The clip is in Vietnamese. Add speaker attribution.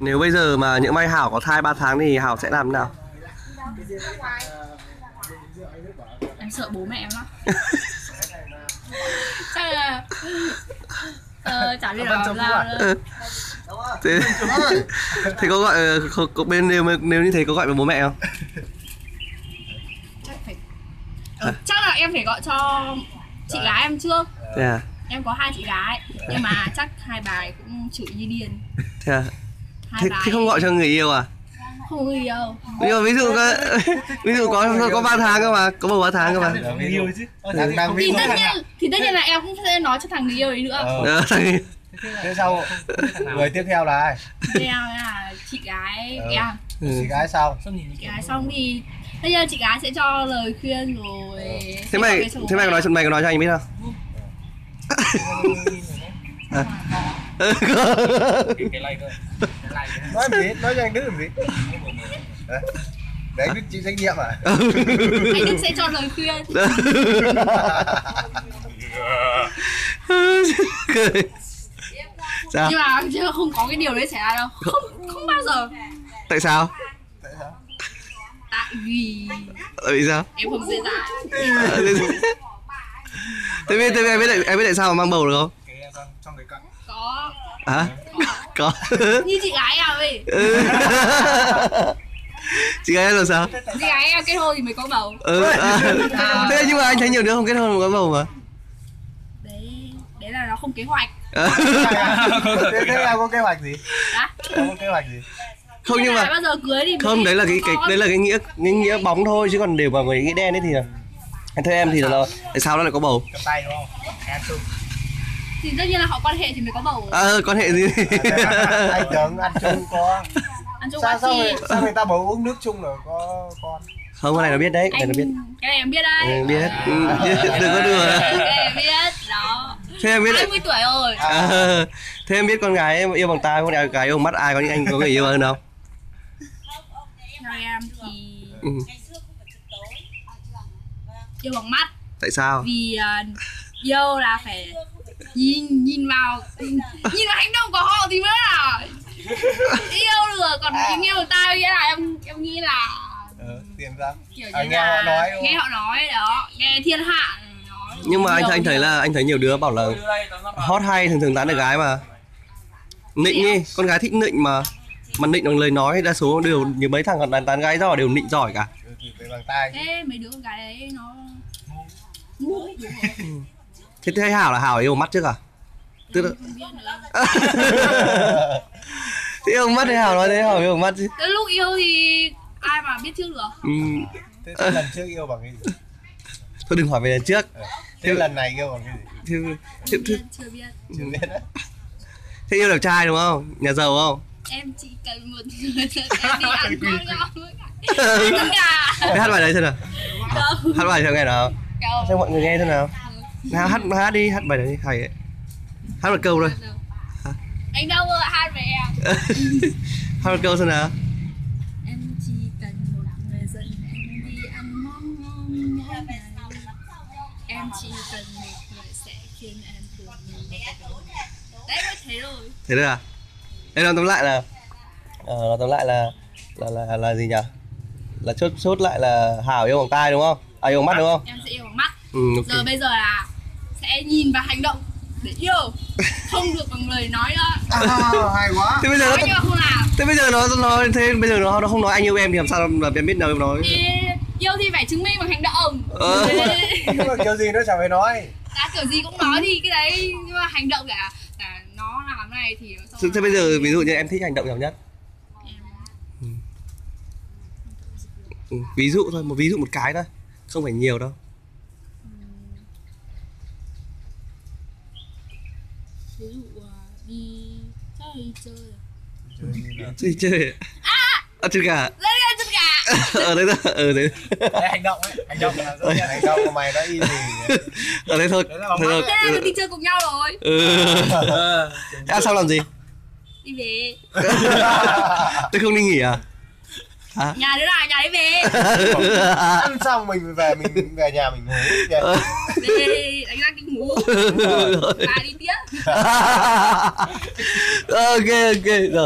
Speaker 1: Nếu bây giờ mà những may Hảo có thai 3 tháng thì Hảo sẽ làm thế nào?
Speaker 2: em sợ bố mẹ em lắm chắc là ờ, chả biết là làm sao nữa.
Speaker 1: Thế, thế có gọi ờ, có, có bên nếu mà- nếu như thế có gọi với bố mẹ không?
Speaker 2: chắc phải Ờ, chắc là em phải gọi cho chị gái em trước
Speaker 1: Thế à?
Speaker 2: em có hai chị gái nhưng mà chắc hai bà cũng chửi như điên
Speaker 1: Thế à?
Speaker 2: hai
Speaker 1: Thế,
Speaker 2: bà
Speaker 1: thế
Speaker 2: ấy
Speaker 1: không gọi cho người yêu à?
Speaker 2: không người yêu
Speaker 1: Nhưng mà ví dụ có ví dụ có có 3 tháng cơ mà, có bầu 3 tháng cơ mà.
Speaker 3: Đang yêu chứ
Speaker 4: Đang- đang
Speaker 2: thì
Speaker 4: ví dụ
Speaker 2: tất nhiên thì tất nhiên là em cũng sẽ nói cho thằng người yêu đấy nữa
Speaker 4: Ờ,
Speaker 1: Ờ, thằng-
Speaker 4: thế sau người tiếp theo là ai
Speaker 2: Thế là chị gái
Speaker 4: Ờ.
Speaker 2: em
Speaker 1: ừ.
Speaker 4: chị gái sau
Speaker 2: chị gái xong thì tất nhiên là chị gái sẽ cho lời khuyên rồi
Speaker 1: Thế mày thế mày có nói mày có nói cho anh biết không?
Speaker 4: nói làm gì nói cho anh Đức làm gì Đấy. để anh Đức chịu trách nhiệm à
Speaker 2: anh Đức sẽ cho lời khuyên
Speaker 1: Dạ. Cười. Sao?
Speaker 2: nhưng mà chứ không có cái điều đấy xảy ra đâu không không bao giờ
Speaker 1: Tại sao?
Speaker 2: tại vì
Speaker 1: Tại vì sao?
Speaker 2: em không dễ dãi
Speaker 1: Ờ, thế- Thế biết thế biết- em biết tại em biết tại sao mà mang bầu được không?
Speaker 2: có
Speaker 1: Hả? Có.
Speaker 2: như chị gái à, em ấy
Speaker 1: Ừ. Chị gái em làm sao?
Speaker 2: chị gái em kết hôn thì mới có bầu
Speaker 1: ừ à. thế nhưng mà anh thấy nhiều đứa không kết hôn mà có bầu mà
Speaker 2: đấy đấy là nó không kế hoạch
Speaker 1: Ờ.
Speaker 4: thế thế em có kế hoạch gì
Speaker 2: đã
Speaker 4: em có kế hoạch gì
Speaker 1: không nhưng
Speaker 2: là
Speaker 1: mà
Speaker 2: bao giờ cưới thì mới
Speaker 1: không đấy là cái cái
Speaker 2: có con.
Speaker 1: đấy là cái nghĩa cái nghĩa bóng thôi chứ còn để mà người nghĩa đen ấy thì là theo em thì là tại sao nó lại có bầu
Speaker 4: cầm tay đúng không em chung
Speaker 2: thì tất nhiên là họ quan hệ thì mới có bầu
Speaker 1: à, ờ, quan hệ gì
Speaker 4: anh tưởng ăn chung có
Speaker 2: ăn chung
Speaker 4: sao
Speaker 2: ăn
Speaker 4: sao
Speaker 2: chi
Speaker 4: người, sao người ta bảo uống nước chung là có con
Speaker 1: không cái này nó biết đấy cái này
Speaker 2: anh
Speaker 1: nó biết
Speaker 2: cái này em biết đấy
Speaker 1: Ừ, biết Ừ, đừng có đùa
Speaker 2: cái này em biết đó
Speaker 1: thế em biết đấy
Speaker 2: 20 tuổi rồi
Speaker 1: à, thế em biết con gái em yêu bằng tai con gái yêu bằng mắt ai có những anh có người yêu hơn không
Speaker 2: Theo em thì
Speaker 1: ừ.
Speaker 2: yêu bằng mắt
Speaker 1: tại sao
Speaker 2: vì à, yêu là phải nhìn nhìn vào nhìn vào hành động của họ thì mới là yêu được còn
Speaker 4: À.
Speaker 2: cái nghe người ta nghĩa là em em nghĩ là
Speaker 4: ờ, tiền ra
Speaker 2: kiểu như
Speaker 4: À, nghe
Speaker 2: là
Speaker 4: họ nói đúng
Speaker 2: nghe họ nói đó nghe thiên hạ nói
Speaker 1: nhưng mà anh
Speaker 2: nhiều,
Speaker 1: anh thấy
Speaker 2: nhiều.
Speaker 1: là anh thấy nhiều đứa bảo là hot hay thường thường tán được gái mà nịnh đi con gái thích nịnh mà mà nịnh bằng lời nói đa số đều như mấy thằng còn tán tán gái giỏi đều nịnh giỏi cả
Speaker 4: ừ, thì về bằng tay
Speaker 2: thế mấy đứa con gái đấy nó ngu đúng rồi
Speaker 1: thế thấy hảo là hảo yêu mắt trước à tức là
Speaker 2: không biết nữa
Speaker 1: thế yêu mắt thì hảo nói thế hảo yêu mắt chứ Ừ,
Speaker 2: tới lúc yêu thì ai mà biết trước được
Speaker 1: Ừm,
Speaker 4: thế, thế lần trước yêu bằng cái gì
Speaker 1: thôi đừng hỏi về lần trước
Speaker 4: thế Ừ. lần này yêu bằng cái gì
Speaker 1: thế, thế, thế,
Speaker 2: biết chưa biết
Speaker 4: chưa biết đấy
Speaker 1: thế yêu đẹp trai đúng không nhà giàu không
Speaker 2: em chỉ cần một người thật em đi ăn con nhau với cả tất cả
Speaker 1: thế hát bài đấy xem nào
Speaker 2: đâu
Speaker 1: hát bài cho nghe nào
Speaker 2: đâu
Speaker 1: cho mọi người nghe xem nào nào hát hát đi hát bài đấy đi, hay đấy hát một câu thôi
Speaker 2: anh đâu ơi hát về em
Speaker 1: hát một câu xem nào
Speaker 2: em chỉ cần một người dẫn em đi ăn món ngon mỗi ngày em chỉ cần một người sẽ khiến em tưởng nhớ đấy mới thế rồi
Speaker 1: thế được à đây là tóm lại là ờ, nói tóm lại là là là là gì nhỉ là chốt chốt lại là hảo yêu bằng tai đúng không à yêu bằng mắt đúng không
Speaker 2: em sẽ yêu bằng mắt
Speaker 1: ừ,
Speaker 2: giờ
Speaker 1: ok.
Speaker 2: bây giờ là sẽ nhìn vào hành động để yêu không được bằng lời nói nữa
Speaker 4: à, hay quá
Speaker 1: thế bây giờ nó
Speaker 2: nói nhưng mà không làm
Speaker 1: thế bây giờ nó nó nói thế bây giờ nó nó không nói anh yêu em thì làm sao nó- em biết đâu em nói
Speaker 2: thì yêu thì phải chứng minh bằng hành động
Speaker 1: Ờ.
Speaker 4: nhưng mà kiểu gì nó chẳng phải nói
Speaker 2: đã kiểu gì cũng nói thì cái đấy nhưng mà hành động là là nó làm cái này thì
Speaker 1: thế, thế bây giờ ví dụ như em thích hành động nào nhất ừ, ví dụ thôi một ví dụ một cái thôi không phải nhiều đâu
Speaker 2: ví dụ à, đi chắc là đi chơi rồi.
Speaker 1: chơi chơi à chơi gà
Speaker 2: Lên lên chân gà
Speaker 1: ở đây thôi ờ, ở đây
Speaker 3: Đấy, hành động ấy hành động là rất
Speaker 4: hành động của mày nó y gì
Speaker 1: ở đây Ờ, thôi
Speaker 3: Đấy là bóng
Speaker 1: thôi Ờ.
Speaker 2: thế là mình đi chơi cùng nhau rồi
Speaker 1: ừ.
Speaker 3: Ờ,
Speaker 1: à, sao làm gì
Speaker 2: đi về
Speaker 1: tôi không đi nghỉ à
Speaker 2: nhà đứa nào nhà đấy về
Speaker 4: ăn xong mình về mình về nhà mình ngủ nhỉ?
Speaker 2: về đánh ra kinh ngủ và đi tiếp
Speaker 1: ok ok rồi